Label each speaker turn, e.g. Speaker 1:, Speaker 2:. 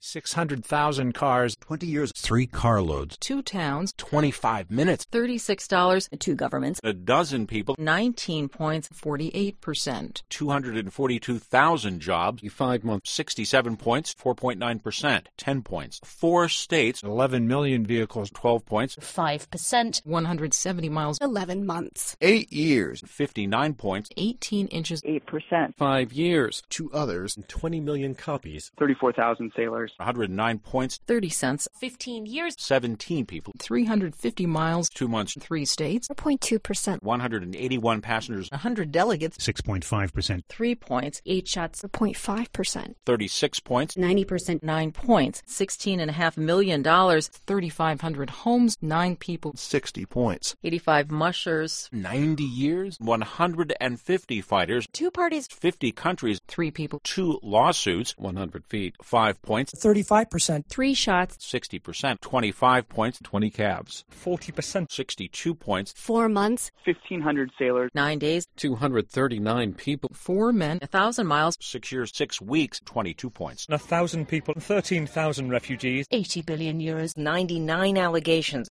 Speaker 1: 600,000 cars,
Speaker 2: 20 years, 3 carloads,
Speaker 3: two towns,
Speaker 1: 25 minutes,
Speaker 3: $36,
Speaker 4: two governments,
Speaker 5: A dozen people,
Speaker 3: 19 points, 48%.
Speaker 5: 242,000 jobs,
Speaker 2: 5 months,
Speaker 5: 67 points, 4.9%, 10 points. Four states,
Speaker 1: 11 million vehicles,
Speaker 5: 12 points,
Speaker 4: 5%,
Speaker 3: 170 miles,
Speaker 6: 11 months.
Speaker 2: 8 years,
Speaker 5: 59 points,
Speaker 3: 18 inches,
Speaker 7: 8%,
Speaker 2: 5 years,
Speaker 8: 2 others, 20 million copies,
Speaker 9: 34,000 sailors,
Speaker 5: 109 points,
Speaker 3: 30 cents,
Speaker 4: 15 years,
Speaker 5: 17 people,
Speaker 3: 350 miles,
Speaker 5: two months,
Speaker 3: 3 states,
Speaker 6: 0.2%,
Speaker 5: 181 passengers,
Speaker 3: 100 delegates,
Speaker 8: 6.5%,
Speaker 3: 3 points, 8 shots,
Speaker 6: 0.5%,
Speaker 5: 36 points,
Speaker 4: 90%,
Speaker 3: 9 points, $16.5 million, 3,500 homes, 9 people,
Speaker 2: 60 points,
Speaker 3: 85 mushers,
Speaker 5: 90 years, 150 fighters,
Speaker 4: two parties,
Speaker 5: 50 countries,
Speaker 3: 3 people,
Speaker 5: two lawsuits,
Speaker 2: 100 feet,
Speaker 5: 5 points,
Speaker 10: 35%,
Speaker 4: three shots,
Speaker 5: 60%, 25 points, 20 calves,
Speaker 10: 40%,
Speaker 5: 62 points,
Speaker 6: 4 months,
Speaker 9: 1,500 sailors,
Speaker 3: 9 days,
Speaker 2: 239 people,
Speaker 3: 4 men, 1,000 miles,
Speaker 5: 6 years, 6 weeks, 22 points.
Speaker 10: 1,000 people, 13,000 refugees,
Speaker 4: 80 billion euros,
Speaker 3: 99 allegations,